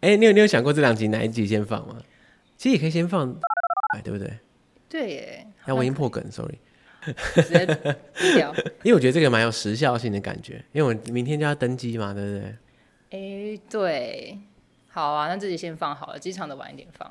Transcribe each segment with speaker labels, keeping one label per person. Speaker 1: 哎、你有你有想过这两集哪一集先放吗？其实也可以先放，哎，对不对？
Speaker 2: 对耶，
Speaker 1: 哎，我已经破梗，sorry。
Speaker 2: 直接低调。
Speaker 1: 因为我觉得这个蛮有时效性的感觉，因为我明天就要登机嘛，对不对？
Speaker 2: 哎、对，好啊，那自己先放好了，机场的晚一点放。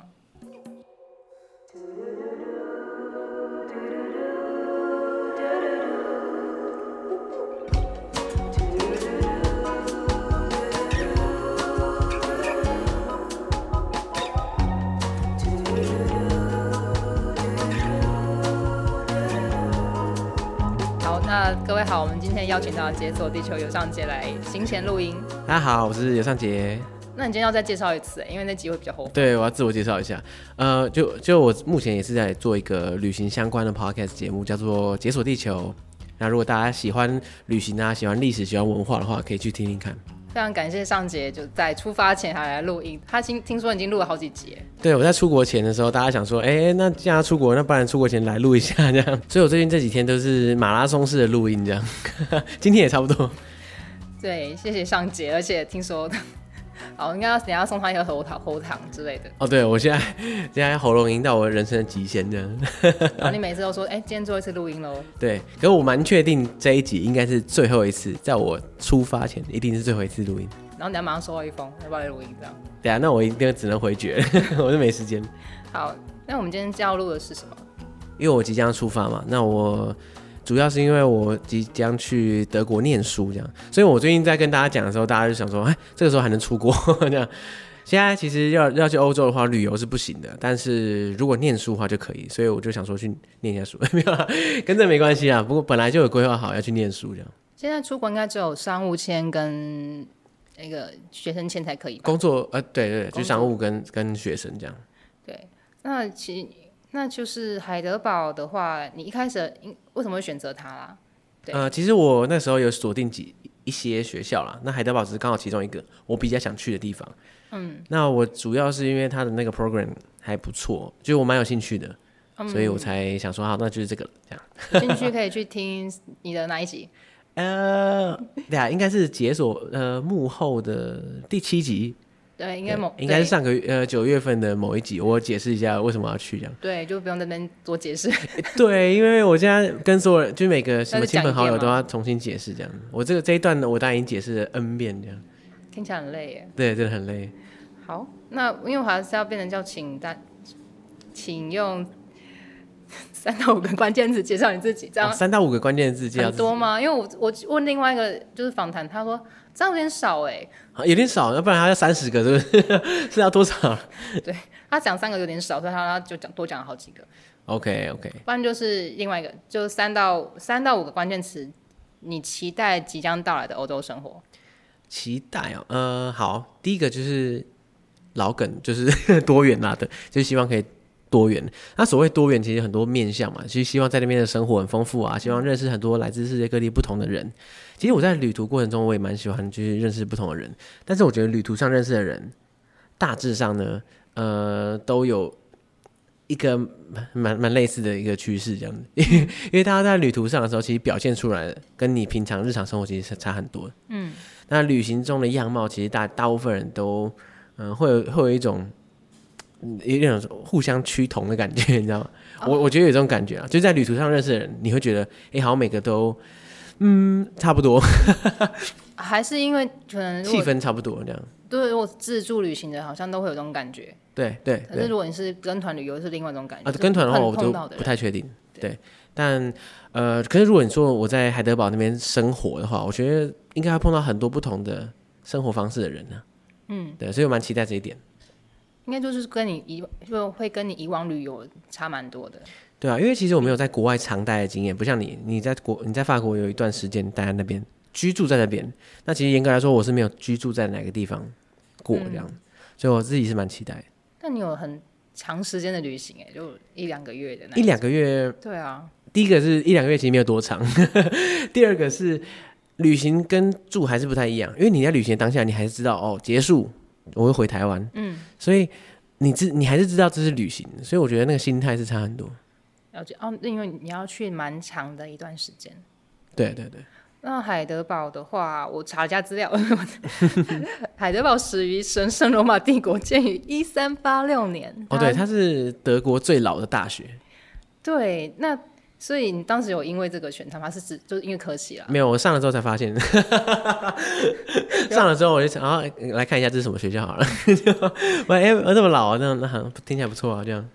Speaker 2: 好，那各位好，我们今天邀请到解锁地球游上街来行前录音。
Speaker 1: 大家好，我是尤尚杰。
Speaker 2: 那你今天要再介绍一次，欸因为那集会比较后。
Speaker 1: 对，我要自我介绍一下。呃，就就我目前也是在做一个旅行相关的 podcast 节目，叫做《解锁地球》。那如果大家喜欢旅行啊，喜欢历史，喜欢文化的话，可以去听听看。
Speaker 2: 非常感谢尚杰，就在出发前还来录音。他听听说已经录了好几集欸耶，
Speaker 1: 对，我在出国前的时候，大家想说，哎、那既然要出国，那不然出国前来录一下这样。 所以我最近这几天都是马拉松式的录音这样， 今天也差不多。
Speaker 2: 对，谢谢尚杰，而且听说， 好，应该要等一下送他一盒喉糖、喉糖之类的。
Speaker 1: 哦，对，我现在现在喉咙已经到我人生的极限这样。
Speaker 2: 然后你每次都说，哎、今天做一次录音喽。
Speaker 1: 对，可是我蛮确定这一集应该是最后一次，在我出发前一定是最后一次录音。
Speaker 2: 然后你要马上收到一封，要不要来录音这样？
Speaker 1: 对啊，那我一定只能回绝， 我就没时间，
Speaker 2: 好，那我们今天要录的是什么？
Speaker 1: 因为我即将出发嘛。那我主要是因为我即将去德国念书，这样，所以我最近在跟大家讲的时候，大家就想说，哎，这个时候还能出国 这样。现在其实要要去欧洲的话，旅游是不行的，但是如果念书的话就可以，所以我就想说去念一下书， 没有啦，跟这没关系啊。不过本来就有规划好要去念书这样。
Speaker 2: 现在出国应该只有商务签跟那个学生签才可以吧？
Speaker 1: 工作呃，对对对，
Speaker 2: 工作
Speaker 1: 就商务跟跟学生这样。
Speaker 2: 对，那其那就是海德堡的话，你一开始应为什么会选择它啊啦？对
Speaker 1: 呃，其实我那时候有锁定几一些学校啦，那海德堡只是刚好其中一个我比较想去的地方。嗯，那我主要是因为它的那个 program 还不错，就是我蛮有兴趣的，
Speaker 2: 嗯
Speaker 1: 所以我才想说好，那就是这个了这样。
Speaker 2: 有兴趣可以去听你的那一集？
Speaker 1: 呃，对啊，应该是解锁呃幕后的第七集，
Speaker 2: 对，应该某
Speaker 1: 应该是上个月呃九月份的某一集，我解释一下为什么要去这样。
Speaker 2: 对，就不用在那边多解释。
Speaker 1: 对，因为我现在跟所有人，就是每个什
Speaker 2: 那
Speaker 1: 么
Speaker 2: 就
Speaker 1: 亲朋
Speaker 2: 讲一
Speaker 1: 好
Speaker 2: 遍
Speaker 1: 友都
Speaker 2: 吗
Speaker 1: 要重新解释这样。我这个这一段呢，我大概已经解释了 n 遍这样。
Speaker 2: 听起来很累耶。
Speaker 1: 对，真的很累。
Speaker 2: 好，那因为我还是要变成叫请大，请用 三到五个关键词介绍你自己，这
Speaker 1: 哦
Speaker 2: 样
Speaker 1: 三、到五个关键字介绍
Speaker 2: 很
Speaker 1: 自己，
Speaker 2: 多吗？因为我我问另外一个就是访谈，他说这样有点少哎，
Speaker 1: 啊有点少，要不然还要三十个，是不是？ 是要多少
Speaker 2: 他讲三个有点少，所以他就讲多讲了好几个，
Speaker 1: ？OK OK，
Speaker 2: 不然就是另外一个，就三到三到五个关键词，你期待即将到来的欧洲生活。
Speaker 1: 期待哦。呃，好，第一个就是老梗，就是多元啦的，就是希望可以多元。那所谓多元，其实很多面向嘛，其实希望在那边的生活很丰富啊，希望认识很多来自世界各地不同的人。其实我在旅途过程中，我也蛮喜欢去认识不同的人，但是我觉得旅途上认识的人，大致上呢，呃，都有一个蛮蛮蛮类似的一个趋势，这样子。 因为因为大家在旅途上的时候，其实表现出来的跟你平常日常生活其实是差很多。嗯，那旅行中的样貌，其实大大部分人都，嗯、会有会有一种。嗯有一种互相趋同的感觉， 你知道吗？
Speaker 2: 哦
Speaker 1: 我我觉得有这种感觉啊，就在旅途上认识的人，你会觉得，哎、好像每个都，嗯，差不多，
Speaker 2: 还是因为可能如
Speaker 1: 气
Speaker 2: 果
Speaker 1: 氛差不多这样。
Speaker 2: 对如果自助旅行的，好像都会有这种感觉。
Speaker 1: 对对
Speaker 2: 可是
Speaker 1: 对。
Speaker 2: 如果你是跟团旅游，是另外一种感觉。
Speaker 1: 啊，跟团的话
Speaker 2: 就是
Speaker 1: 我
Speaker 2: 碰
Speaker 1: 就
Speaker 2: 碰到的
Speaker 1: 不
Speaker 2: 人
Speaker 1: 太确定。对，但呃，可是如果你说我在海德堡那边生活的话，我觉得应该会碰到很多不同的生活方式的人呢、嗯，对，所以我蛮期待这一点。
Speaker 2: 应该就是跟你以就会跟你以往旅游差蛮多的。
Speaker 1: 对啊，因为其实我没有在国外常待的经验，不像你，你在国你在法国有一段时间待在那边居住在那边，那其实严格来说我是没有居住在哪个地方过这样，所以我自己是蛮期待
Speaker 2: 那你有很长时间的旅行哎、就一两个月的那
Speaker 1: 一两个月
Speaker 2: 对啊，
Speaker 1: 第一个是一两个月其实没有多长， 第二个是旅行跟住还是不太一样，因为你在旅行的当下你还是知道哦，结束我会回台湾，嗯，所以你知你还是知道这是旅行，所以我觉得那个心态是差很多。
Speaker 2: 了解哦，因为你要去蛮长的一段时间。
Speaker 1: 对对对，
Speaker 2: 那海德堡的话，我查了一下资料， 海德堡始于神圣罗马帝国，建于一三八六年。
Speaker 1: 哦，对，它是德国最老的大学。
Speaker 2: 对，那所以你当时有因为这个选它吗？是指就是因为科系啦。
Speaker 1: 没有，我上了之后才发现，上了之后我就想，啊，来看一下这是什么学校好了。 我哎，我这么老啊，那那好像听起来不错啊，这样。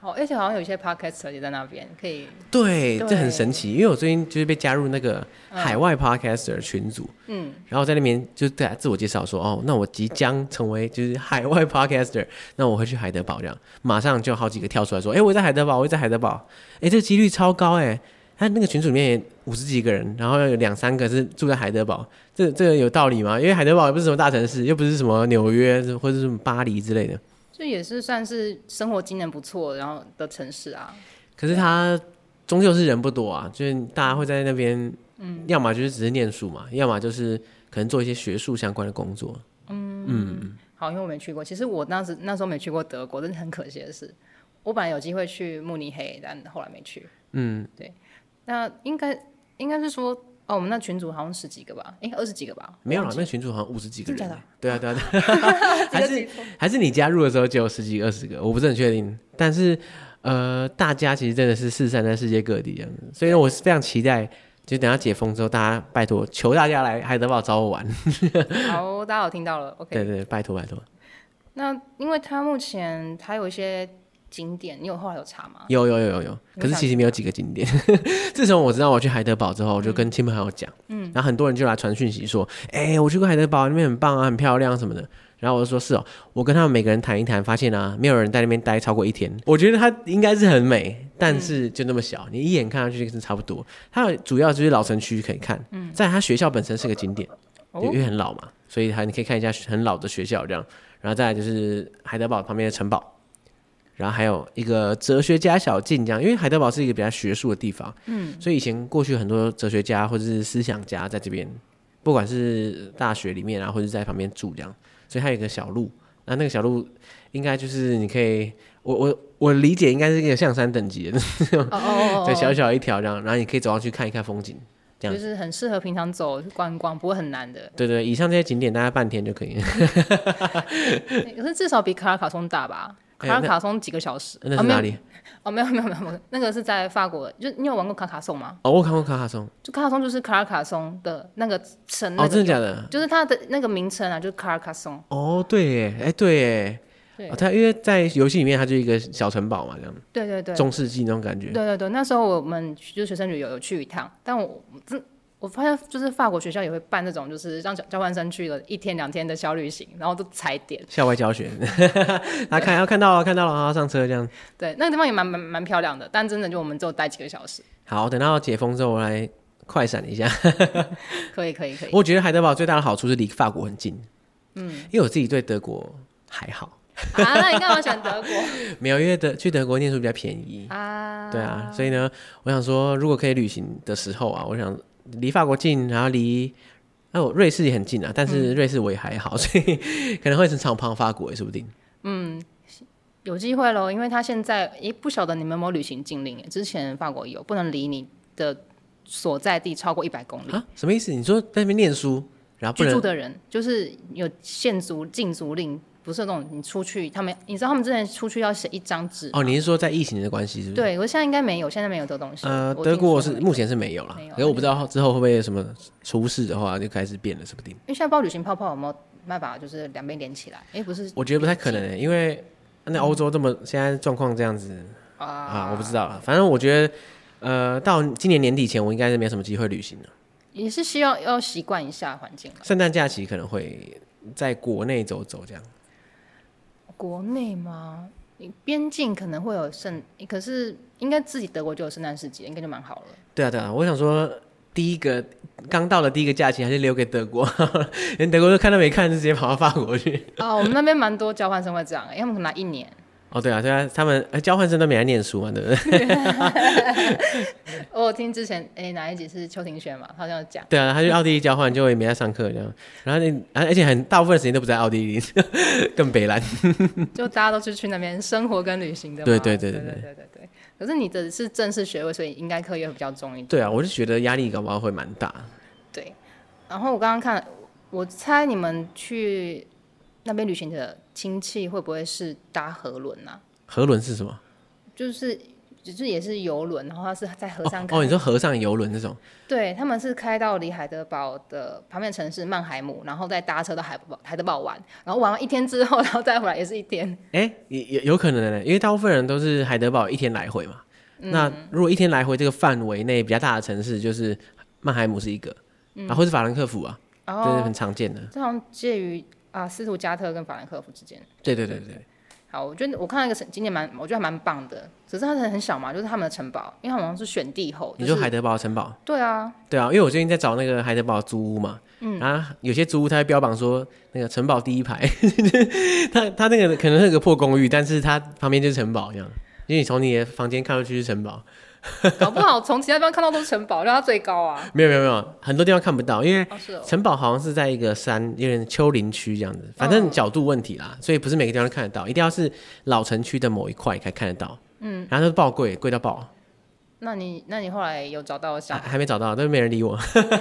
Speaker 2: 好，而且好像有一些 podcast 也在那边可以。
Speaker 1: 对，
Speaker 2: 对
Speaker 1: 这很神奇，因为我最近就是被加入那个海外 podcaster 群组，
Speaker 2: 嗯，
Speaker 1: 然后在那边就是大家自我介绍说，哦，那我即将成为就是海外 podcaster，那我会去海德堡这样，马上就好几个跳出来说，哎，我在海德堡，我在海德堡，哎，这几率超高哎，他那个群组里面也五十几个人，然后有两三个是住在海德堡，这这个有道理吗？因为海德堡也不是什么大城市，又不是什么纽约或者是什么巴黎之类的，
Speaker 2: 这也是算是生活机能不错，然后的城市啊。
Speaker 1: 可是他终究是人不多啊，就是大家会在那边，
Speaker 2: 嗯
Speaker 1: 要么就是只是念书嘛，要么就是可能做一些学术相关的工作。
Speaker 2: 好，因为我没去过，其实我当时那时候没去过德国，真是很可惜的是，我本来有机会去慕尼黑，但后来没去。
Speaker 1: 嗯，
Speaker 2: 那应该应该是说，哦，我们那群组好像十几个吧，应该二十几个吧，
Speaker 1: 没有啦，
Speaker 2: 忘记
Speaker 1: 那群主好像五十几个人
Speaker 2: 真的假
Speaker 1: 欸。对啊，对啊，对 啊还是还是你加入的时候就有十几二十个，我不是很确定。但是呃，大家其实真的是四散在世界各地这样子，所以我是非常期待。就等它解封之后，大家拜托求大家来海德堡找我玩。
Speaker 2: 好，大家有听到了，OK。
Speaker 1: 对对，拜托拜托。
Speaker 2: 那因为它目前它有一些景点，你有后来有查吗？
Speaker 1: 有有有有有，
Speaker 2: 有
Speaker 1: 可是
Speaker 2: 想
Speaker 1: 其实没有几个景点。 自从我知道我去海德堡之后，我就跟亲朋好友讲，嗯，然后很多人就来传讯息说，哎、我去过海德堡，那边很棒啊，很漂亮什么的。然后我就说是哦，我跟他们每个人谈一谈，发现啊，没有人在那边待超过一天。我觉得它应该是很美，但是就那么小，你一眼看上去就是差不多。它主要就是老城区可以看，嗯，在它学校本身是个景点，
Speaker 2: 哦
Speaker 1: 因为很老嘛，所以它你可以看一下很老的学校这样。然后再来就是海德堡旁边的城堡，然后还有一个哲学家小径这样，因为海德堡是一个比较学术的地方，嗯，所以以前过去很多哲学家或者是思想家在这边，不管是大学里面啊，或者是在旁边住这样，所以它有一个小路，那那个小路应该就是你可以，我我我理解应该是一个象山等级的，
Speaker 2: 哦哦哦哦
Speaker 1: 对，小小一条这样，然后你可以走上去看一看风景。这样
Speaker 2: 就是很适合平常走观光，不会很难的。
Speaker 1: 对对，以上这些景点大概半天就可以了。
Speaker 2: 对可是至少比卡拉卡松大吧？
Speaker 1: 哎
Speaker 2: 卡
Speaker 1: 呀
Speaker 2: 拉卡松几个小时？
Speaker 1: 那
Speaker 2: 哦
Speaker 1: 是
Speaker 2: 没有
Speaker 1: 哪里？
Speaker 2: 哦，没有没有没有没有，那个是在法国。就你有玩过卡卡颂吗？
Speaker 1: 哦，我看过卡卡松。
Speaker 2: 就卡卡颂就是卡拉卡松的那个城，那
Speaker 1: 哦，
Speaker 2: 个、
Speaker 1: 真的假的？
Speaker 2: 就是它的那个名称啊，就是卡拉卡松。
Speaker 1: 哦，对耶，哎，对耶。
Speaker 2: 对
Speaker 1: 哦，它因为在游戏里面，它就一个小城堡嘛，这样
Speaker 2: 对对对，
Speaker 1: 中世纪那种感觉。
Speaker 2: 对对对，那时候我们就是学生旅游有去一趟，但我真我发现就是法国学校也会办那种就是让交交换生去了一天两天的小旅行，然后都踩点。
Speaker 1: 校外教学， 大家看，要看到啊了，看到了，好，上车这样。
Speaker 2: 对，那个地方也蛮蛮蛮漂亮的，但真的就我们只有待几个小时。
Speaker 1: 好，等到解封之后，我来快闪一下。
Speaker 2: 可以可以可以，
Speaker 1: 我觉得海德堡最大的好处是离法国很近。嗯，因为我自己对德国还好，
Speaker 2: 啊，那你干嘛选德国
Speaker 1: 没有，因为德去德国念书比较便宜。
Speaker 2: 啊？
Speaker 1: 对啊，所以呢，我想说，如果可以旅行的时候啊，我想离法国近，然后离那我瑞士也很近啊，但
Speaker 2: 嗯
Speaker 1: 是瑞士我也还好， 所以可能会是长跑法国欸也说不定。
Speaker 2: 有机会喽，因为他现在诶不晓得你们有没有旅行禁令耶，之前法国有不能离你的所在地超过一百公里。
Speaker 1: 啊，什么意思？你说在那边念书，然后不
Speaker 2: 嗯居住
Speaker 1: 能
Speaker 2: 的人，就是有限足禁足令，不是那种你出去，他们你知道他们之前出去要写一张纸吗
Speaker 1: 哦？你是说在疫情的关系是不是？
Speaker 2: 对，我现在应该没有，现在没有这个东西。
Speaker 1: 呃，
Speaker 2: 我
Speaker 1: 德
Speaker 2: 听
Speaker 1: 国
Speaker 2: 说
Speaker 1: 是
Speaker 2: 没有
Speaker 1: 目前是没有啦
Speaker 2: 没有，
Speaker 1: 可是我不知道之后会不会有什么出事的话就开始变了，说不定。
Speaker 2: 因为现在不知道旅行泡泡有没有办法，就是两边连起来。哎，不是
Speaker 1: 我觉得不太可能、欸因为那欧洲这么现在状况这样子
Speaker 2: 啊
Speaker 1: 啊，我不知道了。反正我觉得，呃，到今年年底前我应该是没什么机会旅行了。
Speaker 2: 也是需要要习惯一下环境了。啊
Speaker 1: 圣诞假期可能会在国内走走这样。
Speaker 2: 国内吗？你边境可能会有圣，可是应该自己德国就有圣诞市集，应该就蛮好了。
Speaker 1: 对啊，对啊，我想说，第一个刚到的第一个假期还是留给德国， 连德国都看都没看，就直接跑到法国去。
Speaker 2: 啊，我们那边蛮多交换生会这样，诶他们可能来一年。
Speaker 1: 哦，对啊，对啊，他们、呃交换生都没来念书嘛，对不对？
Speaker 2: 我有听之前诶哪一集是邱庭轩嘛，他好像有讲。
Speaker 1: 对啊，他去奥地利交换，就也没在上课这样。然后那，而且很大部分时间都不在奥地利， 更北兰。
Speaker 2: 就大家都是去那边生活跟旅行的嘛。
Speaker 1: 对对对
Speaker 2: 对
Speaker 1: 对
Speaker 2: 对对对对可是你的是正式学位，所以应该课业会比较重一点。
Speaker 1: 对啊，我就觉得压力搞不好会蛮大。
Speaker 2: 对，然后我刚刚看，我猜你们去那边旅行的亲戚会不会是搭河轮啊？
Speaker 1: 河轮是什么？
Speaker 2: 就是就是也是游轮，然后它是在河上
Speaker 1: 哦
Speaker 2: 开。
Speaker 1: 哦，你说河上游轮那种，
Speaker 2: 对，他们是开到离海德堡的旁边的城市曼海姆，然后再搭车到海德堡海德堡玩，然后玩完一天之后， 然后再回来也是一天。
Speaker 1: 哎、有有有可能呢，因为大部分人都是海德堡一天来回嘛。那如果一天来回这个范围内比较大的城市，就是曼海姆是一个，然后是法兰克福啊，
Speaker 2: 然
Speaker 1: 这、是
Speaker 2: 后
Speaker 1: 很常见的。
Speaker 2: 哦这好像介于啊斯图加特跟法兰克福之间。
Speaker 1: 对对对对，
Speaker 2: 好，我觉得我看到一个景点蛮，我觉得还蛮棒的，只是它很很小嘛，就是他们的城堡，因为他们好像是选帝后，
Speaker 1: 你
Speaker 2: 就
Speaker 1: 说
Speaker 2: 是
Speaker 1: 海德堡城堡，
Speaker 2: 对啊，
Speaker 1: 对啊，因为我最近在找那个海德堡租屋嘛，然后有些租屋它会标榜说那个城堡第一排， 它它那个可能是个破公寓，但是它旁边就是城堡一样，因为你从你的房间看出去是城堡。
Speaker 2: 搞不好从其他地方看到都是城堡，让它最高啊。
Speaker 1: 没有没有没有，很多地方看不到，因为
Speaker 2: 哦，是哦，
Speaker 1: 城堡好像是在一个山，有点丘陵区这样子，反正角度问题啦，所以不是每个地方都看得到，一定要是老城区的某一块才看得到。嗯，然后都爆贵，贵到爆，
Speaker 2: 那你那你后来有找到
Speaker 1: 还
Speaker 2: 想
Speaker 1: 还没找到，但是没人理我。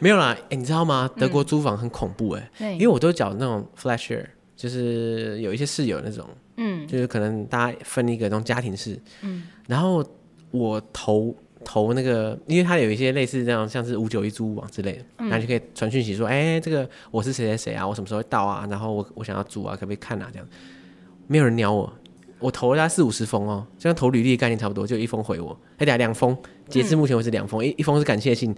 Speaker 1: 没有啦，哎、你知道吗？德国租房很恐怖哎、
Speaker 2: 那
Speaker 1: 因为我都找那种 flash share，就是有一些室友那种，
Speaker 2: 嗯，
Speaker 1: 就是可能大家分一个那种家庭式，嗯，然后我投投那个，因为它有一些类似那样像是五九一租屋网之类的，然后就可以传讯息说，哎、这个我是谁谁谁啊，我什么时候会到啊，然后我我想要租啊，可不可以看啊这样，没有人鸟我。我投了大概四五十封哦，就像投履历的概念差不多，就一封回我，哎，等下两封，截至目前为止两封，一一封是感谢信，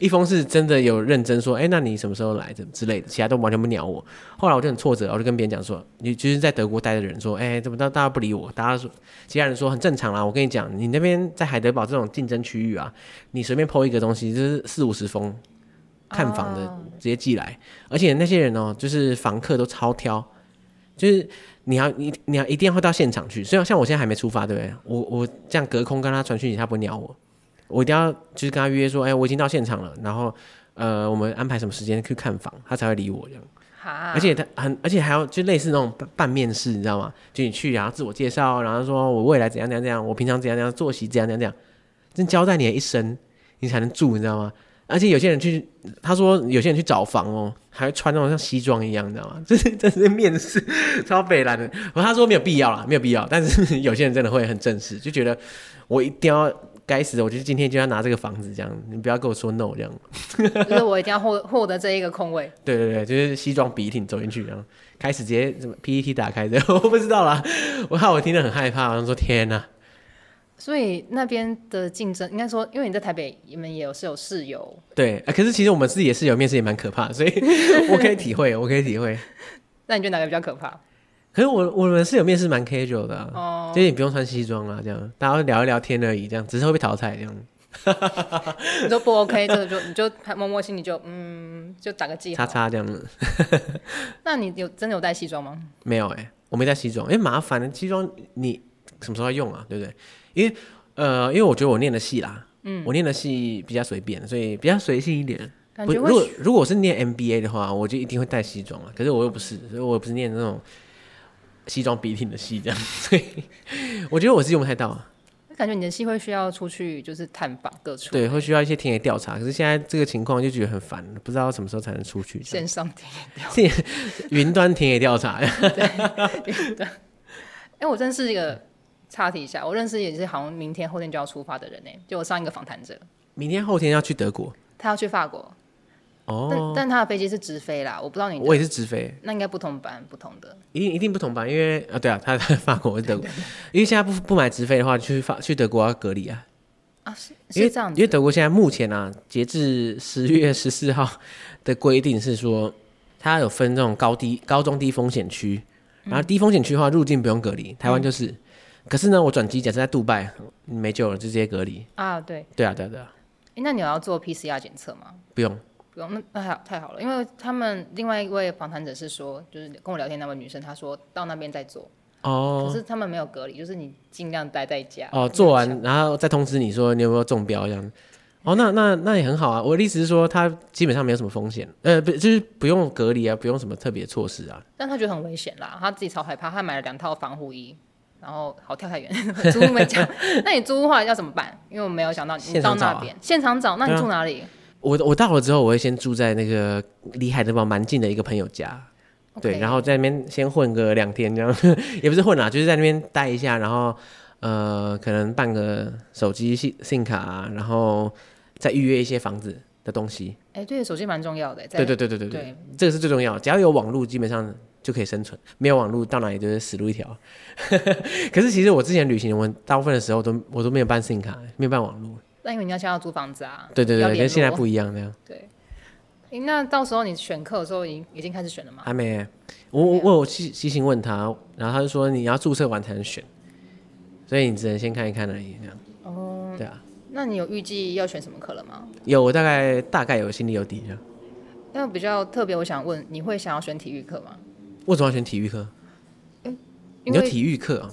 Speaker 1: 一封是真的有认真说，哎、那你什么时候来，这之类的，其他都完全不鸟我。后来我就很挫折，我就跟别人讲说，你就是在德国待的人说，哎、怎么大大家不理我？大家说，其他人说很正常啦。我跟你讲，你那边在海德堡这种竞争区域啊，你随便抛一个东西就是四五十封看房的、
Speaker 2: 哦
Speaker 1: 直接寄来，而且那些人哦，就是房客都超挑，就是你要你你要一定要会到现场去。虽然像我现在还没出发，对不对？我我这样隔空跟他传讯息，他不会鸟我。我一定要就是跟他约说，哎、我已经到现场了，然后呃，我们安排什么时间去看房，他才会理我这样。
Speaker 2: 哈，
Speaker 1: 而且他很，而且还要就类似那种半半面试，你知道吗？就你去然后自我介绍，然后说我未来怎样怎样怎样，我平常怎样怎样，作息怎样怎样怎样，真交代你的一生，你才能住，你知道吗？而且有些人去，他说有些人去找房哦，还会穿那种像西装一样，你知道吗？ 这是这是面试，超北蓝的。然后他说没有必要啦，没有必要。但是有些人真的会很正式，就觉得我一定要该死的，我就今天就要拿这个房子这样，你不要跟我说 no 这样。
Speaker 2: 就是我一定要获获得这一个空位，
Speaker 1: 对对对，就是西装笔挺走进去，然后开始直接什么 PPT 打开 的，我不知道啦。我怕我听得很害怕，然后说天哪、
Speaker 2: 所以那边的竞争应该说，因为你在台北，你们也有是有室友，
Speaker 1: 对、啊可是其实我们自己也是有面试也蛮可怕的，所以 我可以体会，我可以体会。
Speaker 2: 那你觉得哪个比较可怕？
Speaker 1: 可是我我们是有面试蛮 casual 的、啊，
Speaker 2: 哦，
Speaker 1: 就是你不用穿西装啊，这样大家聊一聊天而已，这样只是会被淘汰这样，
Speaker 2: 你说不 OK，这个就你就摸摸心里就嗯，就打个记
Speaker 1: 叉
Speaker 2: 号。
Speaker 1: 叉这样子。
Speaker 2: 那你有真的有带西装吗？
Speaker 1: 没有哎、我没带西装，因为麻烦西装你什么时候要用啊？对不对？因为呃，因为我觉得我念的戏啦，嗯，我念的戏比较随便，所以比较随性一点。
Speaker 2: 感
Speaker 1: 不，
Speaker 2: 觉
Speaker 1: 如
Speaker 2: 会
Speaker 1: 果如果我是念 MBA 的话，我就一定会带西装了。啊可是我又不是，所以我又不是念那种西装笔挺的系这样，所以我觉得我是用不太到。啊
Speaker 2: 感觉你的戏会需要出去就是探访各处，
Speaker 1: 对，会需要一些田野调查。可是现在这个情况就觉得很烦，不知道什么时候才能出去。
Speaker 2: 线上听。
Speaker 1: 云端田野调查，
Speaker 2: 哎、我认识一个，插题一下，我认识也是好像明天后天就要出发的人呢、就我上一个访谈者，
Speaker 1: 明天后天要去德国
Speaker 2: 他要去法国，但
Speaker 1: 哦。
Speaker 2: 但他的飞机是直飞啦，我不知道你
Speaker 1: 我
Speaker 2: 的，
Speaker 1: 也是直飞，
Speaker 2: 那应该不同班不同的。
Speaker 1: 一定一定不同吧？因为啊，对啊，他他法国，我是德国。因为现在不不买直飞的话，去法去德国要隔离啊。
Speaker 2: 啊，是
Speaker 1: 因为
Speaker 2: 是这样
Speaker 1: 因为
Speaker 2: 子，
Speaker 1: 德国现在目前啊，截至十月十四号的规定是说，它有分这种高低、高中低风险区，
Speaker 2: 嗯
Speaker 1: 然后低风险区的话，入境不用隔离，台湾就是。可是呢，我转机假设在杜拜，没救了，就直接隔离。
Speaker 2: 啊，对，
Speaker 1: 对啊，对啊，对啊，
Speaker 2: 诶那你有要做 PCR 检测吗？
Speaker 1: 不用。
Speaker 2: 不用，那那太好太好了，因为他们另外一位访谈者是说，就是跟我聊天那位女生，她说到那边再做，可
Speaker 1: 哦
Speaker 2: 是他们没有隔离，就是你尽量待在家。
Speaker 1: 哦，做完然后再通知你说你有没有中标这样。哦，那那那也很好啊。我的意思是说，它基本上没有什么风险，呃，不就是不用隔离啊，不用什么特别措施啊。
Speaker 2: 但他觉得很危险啦，他自己超害怕，他买了两套防护衣，然后好跳太远，租屋 没讲。那你租屋后来要怎么办？因为我没有想到
Speaker 1: 现
Speaker 2: 你到
Speaker 1: 场找啊
Speaker 2: 那边现场找，那你
Speaker 1: 对啊
Speaker 2: 住哪里？
Speaker 1: 我我到了之后，我会先住在那个离海德堡蛮近的一个朋友家，对，然
Speaker 2: 后
Speaker 1: 后在那边先混个两天，这样 也不是混啦，就是在那边待一下，然后呃，可能办个手机信信卡、啊然后再预约一些房子的东西。
Speaker 2: 哎，对，手机蛮重要的，在
Speaker 1: 对对对对对对，
Speaker 2: 对，
Speaker 1: 这个是最重要的，只要有网络，基本上就可以生存。没有网络，到哪里就是死路一条。 可是其实我之前旅行，我大部分的时候都我都没有办信卡，没有办网络。
Speaker 2: 那因为你要先要租房子啊，
Speaker 1: 对对
Speaker 2: 要
Speaker 1: 对，
Speaker 2: 联
Speaker 1: 跟现在
Speaker 2: 络
Speaker 1: 不一样，这样。
Speaker 2: 对。诶那到时候你选课的时候，已经已经开始选了吗？
Speaker 1: 还没欸，我
Speaker 2: 啊
Speaker 1: 我我有细细心问他，然后他就说你要注册完才能选，所以你只能先看一看而已，这样。哦，对啊，
Speaker 2: 那你有预计要选什么课了吗？
Speaker 1: 有我大概大概有心里有底了。
Speaker 2: 那比较特别，我想问，你会想要选体育课吗？
Speaker 1: 为什么要选体育课？
Speaker 2: 因
Speaker 1: 你说
Speaker 2: 为
Speaker 1: 体育课啊？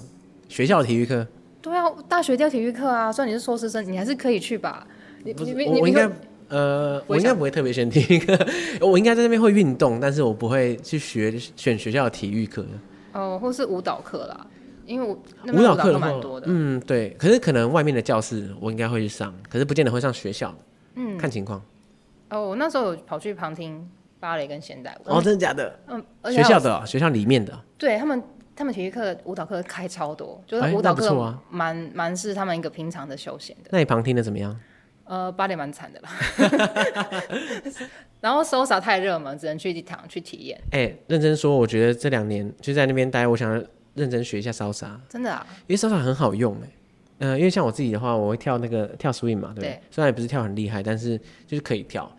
Speaker 1: 学校体育课？
Speaker 2: 对啊，大学掉体育课啊，虽然你是硕士生，你还是可以去吧。你
Speaker 1: 不
Speaker 2: 你
Speaker 1: 是，
Speaker 2: 你
Speaker 1: 我我
Speaker 2: 你
Speaker 1: 应
Speaker 2: 会
Speaker 1: 该呃，
Speaker 2: 我
Speaker 1: 我应该
Speaker 2: 想
Speaker 1: 不会特别选体育课，我应该在那边会运动，但是我不会去学选学校的体育课。
Speaker 2: 哦，或是舞蹈课啦，因为我那
Speaker 1: 舞
Speaker 2: 边
Speaker 1: 蹈课
Speaker 2: 课
Speaker 1: 的话
Speaker 2: 蛮多的。
Speaker 1: 嗯，对。可是可能外面的教室我应该会去上，可是不见得会上学校的，
Speaker 2: 嗯，
Speaker 1: 看情况。
Speaker 2: 哦，我那时候有跑去旁听芭蕾跟现代舞。
Speaker 1: 哦，真的假的？
Speaker 2: 嗯，而且
Speaker 1: 学
Speaker 2: 还有
Speaker 1: 校的哦，学校里面的哦。
Speaker 2: 对他们，他们体育课、舞蹈课开超多，就
Speaker 1: 哎
Speaker 2: 是舞
Speaker 1: 那
Speaker 2: 蹈
Speaker 1: 不
Speaker 2: 课
Speaker 1: 错啊
Speaker 2: 蛮蛮、是他们一个平常的休闲的。
Speaker 1: 那你旁听的怎么样？
Speaker 2: 呃，芭蕾蛮惨 的啦。然后 Sosa 太热门，只能去一堂去体验，
Speaker 1: 哎、认真说，我觉得这两年就在那边待，我想要认真学一下烧杀，
Speaker 2: 真的啊。
Speaker 1: 因为烧杀很好用哎、嗯、因为像我自己的话，我会跳那个跳 swing 嘛，对不对？
Speaker 2: 对
Speaker 1: 虽然也不是跳很厉害，但是就是可以跳。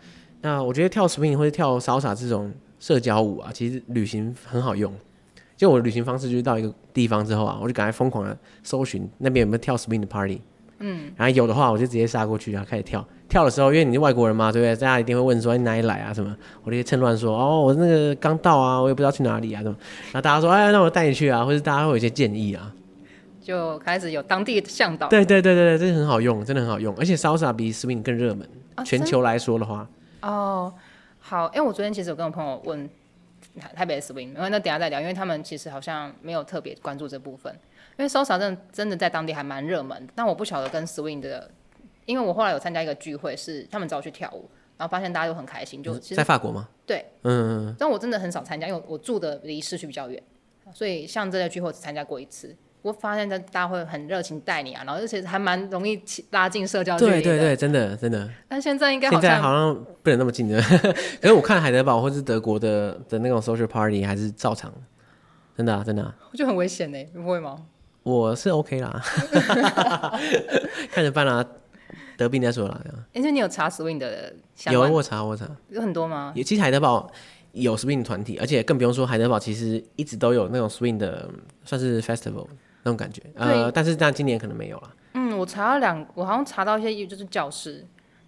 Speaker 1: 那我觉得跳 swing 或者跳烧杀这种社交舞啊，其实旅行很好用。就我的旅行方式就是到一个地方之后啊，我就赶快疯狂的搜寻那边有没有跳 swing 的 party，嗯，然后有的话我就直接杀过去，然后开始跳。跳的时候，因为你是外国人嘛，对不对？大家一定会问说哎你哪里来啊什么，我就会趁乱说哦，我那个刚到啊，我也不知道去哪里啊什么。然后大家说哎，那我带你去啊，或者大家会有一些建议啊。
Speaker 2: 就开始有当地的向导
Speaker 1: 对对对对对，这很好用，真的很好用，而且 salsa 比 swing 更热门，
Speaker 2: 啊
Speaker 1: 全球来说的话，
Speaker 2: 哦，好，因为我昨天其实有跟我朋友问台台北的 swing，因为那等一下再聊，因为他们其实好像没有特别关注这部分，因为 salsa 真的真的在当地还蛮热门，但我不晓得跟 swing 的，因为我后来有参加一个聚会，是他们找我去跳舞，然后发现大家都很开心，就其
Speaker 1: 在
Speaker 2: 实
Speaker 1: 法国吗？
Speaker 2: 对，
Speaker 1: 嗯，嗯嗯
Speaker 2: 但我真的很少参加，因为我住的离市区比较远，所以像这类聚会我只参加过一次。我发现大家会很热情带你啊，然后而且还蛮容易起拉近社交距离
Speaker 1: 对
Speaker 2: 的。
Speaker 1: 对对，真的真的，
Speaker 2: 但现在应该
Speaker 1: 现
Speaker 2: 好
Speaker 1: 在
Speaker 2: 像
Speaker 1: 好像不能那么近的， 可是我看海德堡或是德国的的那种 social party 还是照常，真的啊真的啊、
Speaker 2: 就很危险呢、你不会吗？
Speaker 1: 我是 OK 啦， 看着办啊啦、得病再说啦。这样
Speaker 2: 而且你有查 swing 的相
Speaker 1: 有
Speaker 2: 关
Speaker 1: 我查我查，
Speaker 2: 有很多吗？
Speaker 1: 也其实海德堡有 swing 团体，而且更不用说海德堡其实一直都有那种 swing 的，算是 festival 那种感觉。呃，但是但今年可能没有了。
Speaker 2: 嗯，我查了两，我好像查到一些就是教室，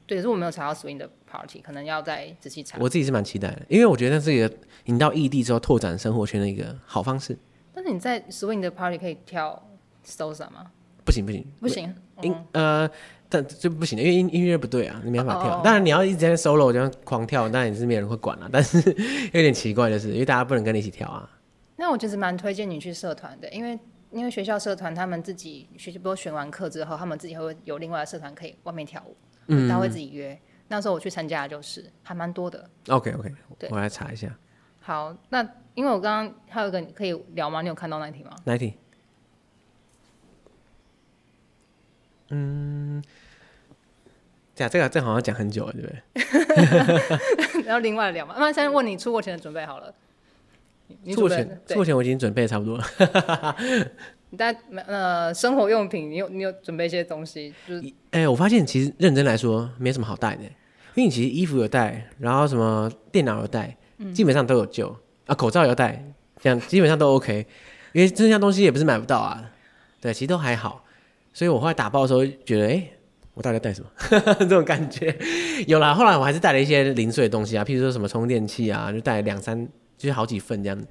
Speaker 2: 对，可是我没有查到 swing 的 party，可能要再仔细查。
Speaker 1: 我自己是蛮期待的，因为我觉得那是一个你到异地之后拓展生活圈的一个好方式。
Speaker 2: 但是你在 swing 的 party 可以跳 salsa 吗？
Speaker 1: 不行不行，
Speaker 2: 不行，哦
Speaker 1: 音呃，但这不行的，因为音音乐不对啊，你没办法跳。
Speaker 2: 哦
Speaker 1: 当然你要一直在 solo 这样狂跳，当然也是没有人会管啊。但是 有点奇怪的是，因为大家不能跟你一起跳啊。
Speaker 2: 那我其实蛮推荐你去社团的，因为因为学校社团他们自己学习部选完课之后，他们自己会有另外的社团可以外面跳舞，嗯，他会自己约。那时候我去参加的就是还蛮多的。
Speaker 1: OK OK，
Speaker 2: 对
Speaker 1: 我来查一下
Speaker 2: 好，那因为我刚刚还有一个可以聊吗？你有看到那一题吗？
Speaker 1: 哪一题？嗯，讲这个这个好像讲很久了，对不对？
Speaker 2: 然后另外聊嘛。那先问你出国前的准备好了。你你
Speaker 1: 出国
Speaker 2: 准备
Speaker 1: 前，出
Speaker 2: 对
Speaker 1: 国前我已经准备得差不多了。
Speaker 2: 你大概呃生活用品，你有你有准备一些东西，就是
Speaker 1: 哎、我发现其实认真来说没什么好带的，因为你其实衣服有带，然后什么电脑有带，基本上都有救啊，口罩有带，这样基本上都 OK，因为这项东西也不是买不到啊，对，其实都还好。所以我后来打包的时候觉得，哎、我到底要带什么？ 这种感觉有啦。后来我还是带了一些零碎的东西啊，譬如说什么充电器啊，就带了两三，就是好几份这样。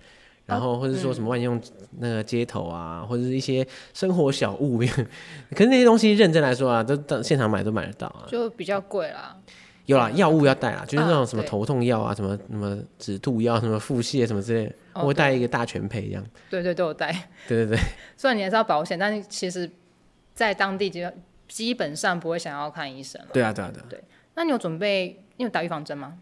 Speaker 1: 然后或者说什么万用那个接头啊，或者是一些生活小物， 可是那些东西认真来说啊，都到现场买都买得到啊。
Speaker 2: 就比较贵啦。
Speaker 1: 有啦，药物要带啦，就是那种
Speaker 2: 嗯啊
Speaker 1: 什么
Speaker 2: 对
Speaker 1: 头痛药啊，什么什么止吐药，什么腹泻什么之类的，
Speaker 2: 哦
Speaker 1: 我带一个大全配这样。
Speaker 2: 对对，都有带。
Speaker 1: 对对对，
Speaker 2: 虽然你还是要保险，但是其实在当地基基本上不会想要看医生了。
Speaker 1: 对啊对啊对啊。
Speaker 2: 那你有准备你有打预防针吗？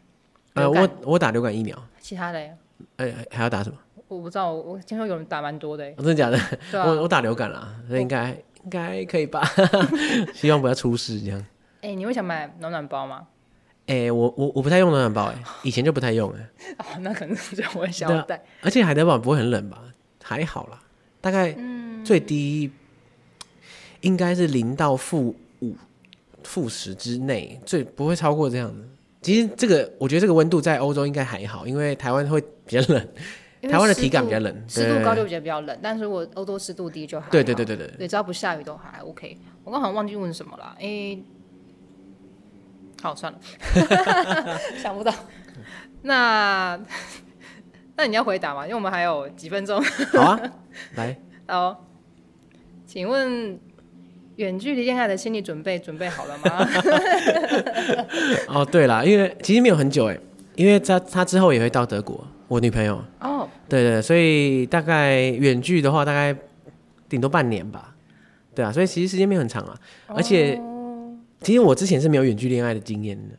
Speaker 1: 呃，
Speaker 2: 流感
Speaker 1: 我我打流感疫苗，
Speaker 2: 其他的耶，
Speaker 1: 哎、还还要打什么？
Speaker 2: 我不知道，我我听说有人打蛮多的耶，
Speaker 1: 哦、真的假的？
Speaker 2: 对啊，哦
Speaker 1: 我我打流感啦，所以应该应该可以吧？ 希望不要出事这样。
Speaker 2: 哎、你会想买暖暖包吗？
Speaker 1: 哎、我我我不太用暖暖包、哎，以前就不太用、哎，
Speaker 2: 哦，那可能就我会想
Speaker 1: 对
Speaker 2: 要
Speaker 1: 啊
Speaker 2: 带。
Speaker 1: 而且海德堡不会很冷吧？还好啦，大概
Speaker 2: 嗯
Speaker 1: 最低、应该是零到负五、负十之内，最不会超过这样的。其实这个，我觉得这个温度在欧洲应该还好，因为台湾会比较冷，
Speaker 2: 因为
Speaker 1: 台湾的
Speaker 2: 湿
Speaker 1: 体感
Speaker 2: 度
Speaker 1: 比较冷，
Speaker 2: 湿度
Speaker 1: 对
Speaker 2: 高就比较比较冷，但是如果欧洲湿度低就还好
Speaker 1: 对对对对对对，
Speaker 2: 对，只要不下雨都还 OK。我刚好像忘记问什么了，诶、好算了， 想不到。那 那你要回答吗？因为我们还有几分钟。
Speaker 1: 好啊，来，
Speaker 2: 好，请问远距离恋爱的心理准备准备好了吗？
Speaker 1: 哦，对啦，因为其实没有很久哎，因为他他之后也会到德国，我女朋友，
Speaker 2: 哦，
Speaker 1: 对对，所以大概远距的话，大概顶多半年吧，对啊，所以其实时间没有很长啊，而且其实我之前是没有远距恋爱的经验的，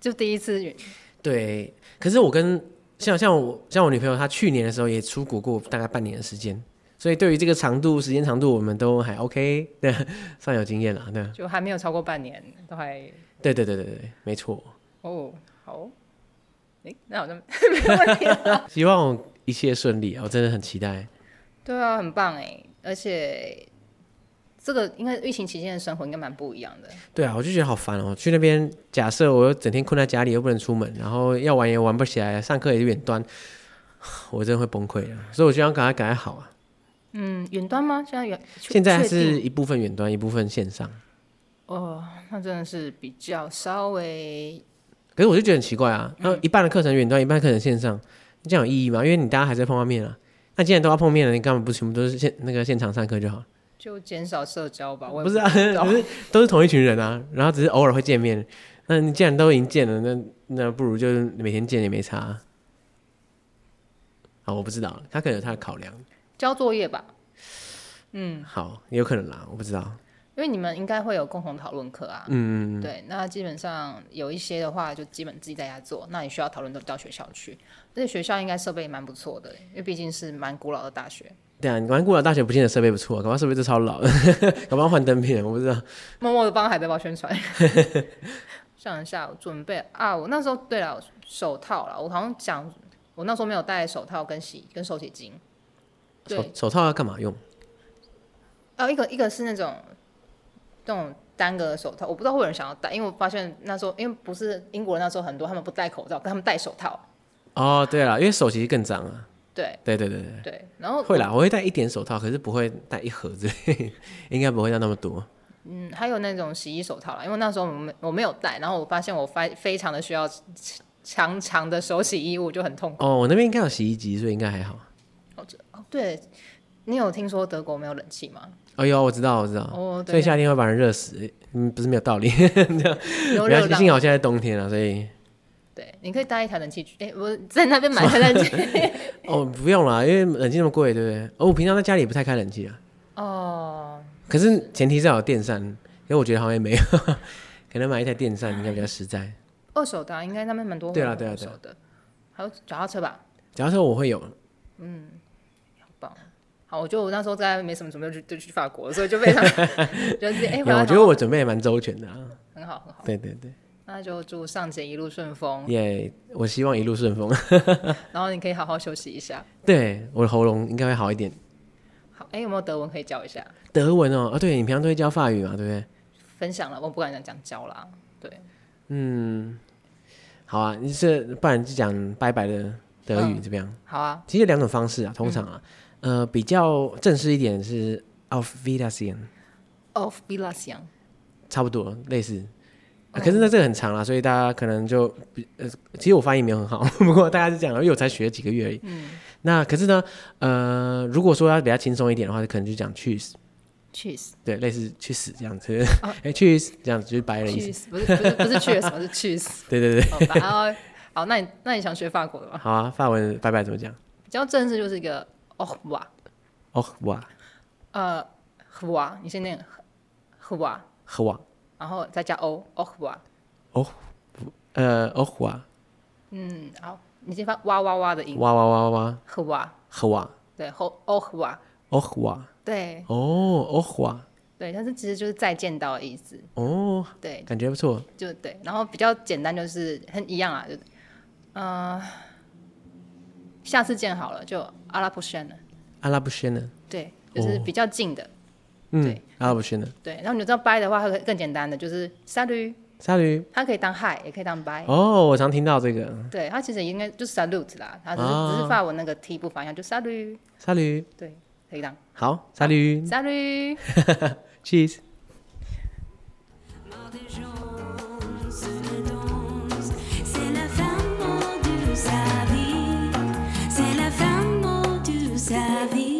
Speaker 2: 就第一次远，
Speaker 1: 对，可是我跟像像我像我女朋友，她去年的时候也出国过大概半年的时间。所以对于这个长度、时间长度，我们都还 OK，对， 算有经验了，对，啊
Speaker 2: 就还没有超过半年，都还
Speaker 1: 对对对对对，没错。
Speaker 2: 哦好。诶、那好像 没问题了。
Speaker 1: 希望我一切顺利啊，我真的很期待。
Speaker 2: 对啊，很棒哎，而且这个应该疫情期间的生活应该蛮不一样的。
Speaker 1: 对啊，我就觉得好烦哦。去那边，假设我又整天困在家里，又不能出门，然后要玩也玩不起来，上课也远端， 我真的会崩溃的。所以我就想赶快赶快好啊。
Speaker 2: 嗯，远端吗？现在远确
Speaker 1: 现在还
Speaker 2: 确定
Speaker 1: 是一部分远端，一部分线上。
Speaker 2: 哦，那真的是比较稍微
Speaker 1: 可是我就觉得很奇怪啊，
Speaker 2: 嗯
Speaker 1: 那一半的课程远端，一半的课程线上，这样有意义吗？因为你大家还在碰到面啊。那既然都要碰面了，你干嘛不全部都是现那个现场上课就好？
Speaker 2: 就减少社交吧。我也
Speaker 1: 不是啊，
Speaker 2: 知道
Speaker 1: 可是都是同一群人啊，然后只是偶尔会见面。那你既然都已经见了，那那不如就是每天见也没差啊。好，我不知道，他可能有他的考量。
Speaker 2: 交作业吧，
Speaker 1: 好，也有可能啦，我不知道。
Speaker 2: 因为你们应该会有共同讨论课啊。
Speaker 1: 嗯，
Speaker 2: 对，那基本上有一些的话，就基本自己在家做。那你需要讨论都到学校去，而且学校应该设备也蛮不错的，因为毕竟是蛮古老的大学。
Speaker 1: 对啊，你玩古老大学不见得设备不错、搞不好设备都超老的， 搞不好换灯片，我不知道。
Speaker 2: 默默的帮海德堡 宣传。想一下，我准备啊，我那时候对了，手套了，我好像讲，我那时候没有带手套跟洗跟手洗巾。
Speaker 1: 手
Speaker 2: 对，
Speaker 1: 手套要干嘛用？
Speaker 2: 呃，一个一个是那种那种单个的手套，我不知道会有人想要戴，因为我发现那时候因为不是英国人那时候很多他们不戴口罩，但他们戴手套。
Speaker 1: 哦，对了，因为手其实更脏啊。
Speaker 2: 对
Speaker 1: 对对对对，
Speaker 2: 对，然后
Speaker 1: 会啦，我会戴一点手套，可是不会戴一盒子， 应该不会戴那么多。
Speaker 2: 嗯，还有那种洗衣手套啦，因为那时候我没我没有戴，然后我发现我非非常的需要长长的手洗衣物，就很痛苦。
Speaker 1: 哦，我那边应该有洗衣机，所以应该还好。
Speaker 2: 哦，对，你有听说德国没有冷气吗？
Speaker 1: 哦有，我知道，我知道。
Speaker 2: 哦，
Speaker 1: 所以
Speaker 2: 对，
Speaker 1: 夏天会把人热死，嗯，不是没有道理。
Speaker 2: 有
Speaker 1: 没关
Speaker 2: 热
Speaker 1: 系，
Speaker 2: 浪，
Speaker 1: 幸好现在冬天了，啊所以
Speaker 2: 对，你可以搭一台冷气去，哎、我在那边买台冷气。
Speaker 1: 哦不用啦，因为冷气那么贵，对不对？哦，我平常在家里也不太开冷气啊，
Speaker 2: 哦，
Speaker 1: 可是前提是要有电扇，可是我觉得好像也没有， 可能买一台电扇应该比较实在。
Speaker 2: 二手的、啊、应该那边蛮多
Speaker 1: 对啊
Speaker 2: 会有
Speaker 1: 对啊
Speaker 2: 二
Speaker 1: 对啊
Speaker 2: 手的，还有脚踏车吧，
Speaker 1: 假如说我会有，
Speaker 2: 好棒。好，我觉得我那时候在没什么准备，就就去法国了，所以就非常 就是哎，
Speaker 1: 没有
Speaker 2: 回来
Speaker 1: 我觉
Speaker 2: 想
Speaker 1: 得我准备也蛮周全的啊。
Speaker 2: 很好很好。
Speaker 1: 对对对，
Speaker 2: 那就祝上节一路顺风，
Speaker 1: 耶、我希望一路顺风。
Speaker 2: 然后你可以好好休息一下。
Speaker 1: 对，我的喉咙应该会好一点。
Speaker 2: 好，哎、有没有德文可以教一下？
Speaker 1: 德文哦，啊，对你平常都会教法语嘛，对不对？
Speaker 2: 分享了，我不敢讲讲教啦。对，
Speaker 1: 好啊，你是不然就讲拜拜的德语
Speaker 2: 嗯
Speaker 1: 怎么样？
Speaker 2: 好啊，
Speaker 1: 其实有两种方式啊，通常啊，呃，比较正式一点是 auf Wiedersehen，
Speaker 2: Auf Wiedersehen。
Speaker 1: 差不多类似。啊、可是呢，这个很长啦，所以大家可能就比呃，其实我发音没有很好， 不过大家是这样，因为我才学了几个月而已。那可是呢，呃，如果说要比较轻松一点的话，可能就讲 cheese，
Speaker 2: Cheers，
Speaker 1: 对，类似去死这样子， 哎、cheese 这样子就是白的意思。
Speaker 2: cheers，不是不是不是 cheers，什么是 cheers？
Speaker 1: 对对对，
Speaker 2: 好吧，然后好，那你那你想学法国的吗？
Speaker 1: 好啊，法文拜拜怎么讲？
Speaker 2: 比较正式就是一个哦哇，
Speaker 1: 哦哇，
Speaker 2: 呃哇，你先念哇，
Speaker 1: 喝哇，
Speaker 2: 然后再加哦哦哇，
Speaker 1: 哦呃，哦哇
Speaker 2: 嗯，好，你先发哇哇哇的音，
Speaker 1: 哇哇哇哇
Speaker 2: 呵哇，
Speaker 1: 和哇
Speaker 2: 对，吼哦呵哇，
Speaker 1: 哦哇
Speaker 2: 对
Speaker 1: 哦哦哇
Speaker 2: 对，但是其实就是再见到的意思，
Speaker 1: 哦，
Speaker 2: 对，
Speaker 1: 感觉不错。
Speaker 2: 就对，然后比较简单就是很一样啊，就呃，下次见好了，就阿拉伯轩了，
Speaker 1: 阿拉伯轩呢？
Speaker 2: 对，就是比较近的，
Speaker 1: 嗯
Speaker 2: 对，
Speaker 1: 阿拉伯轩呢？
Speaker 2: 对，然后你知道拜的话，它更简单的就是沙律，
Speaker 1: 沙律
Speaker 2: 它可以当 hi，也可以当 bye。
Speaker 1: 哦，我常听到这个
Speaker 2: 对，它其实应该就是 salute 啦，它只是、
Speaker 1: 啊
Speaker 2: 只是发文那个 t 不发音，就 salute，
Speaker 1: 沙律，
Speaker 2: 对，可以当
Speaker 1: 好，沙律
Speaker 2: salute。
Speaker 1: ，cheese。
Speaker 3: Mort des gens, ce ne danse, c'est la femme mort de sa vie, c'est la femme mort de sa vie.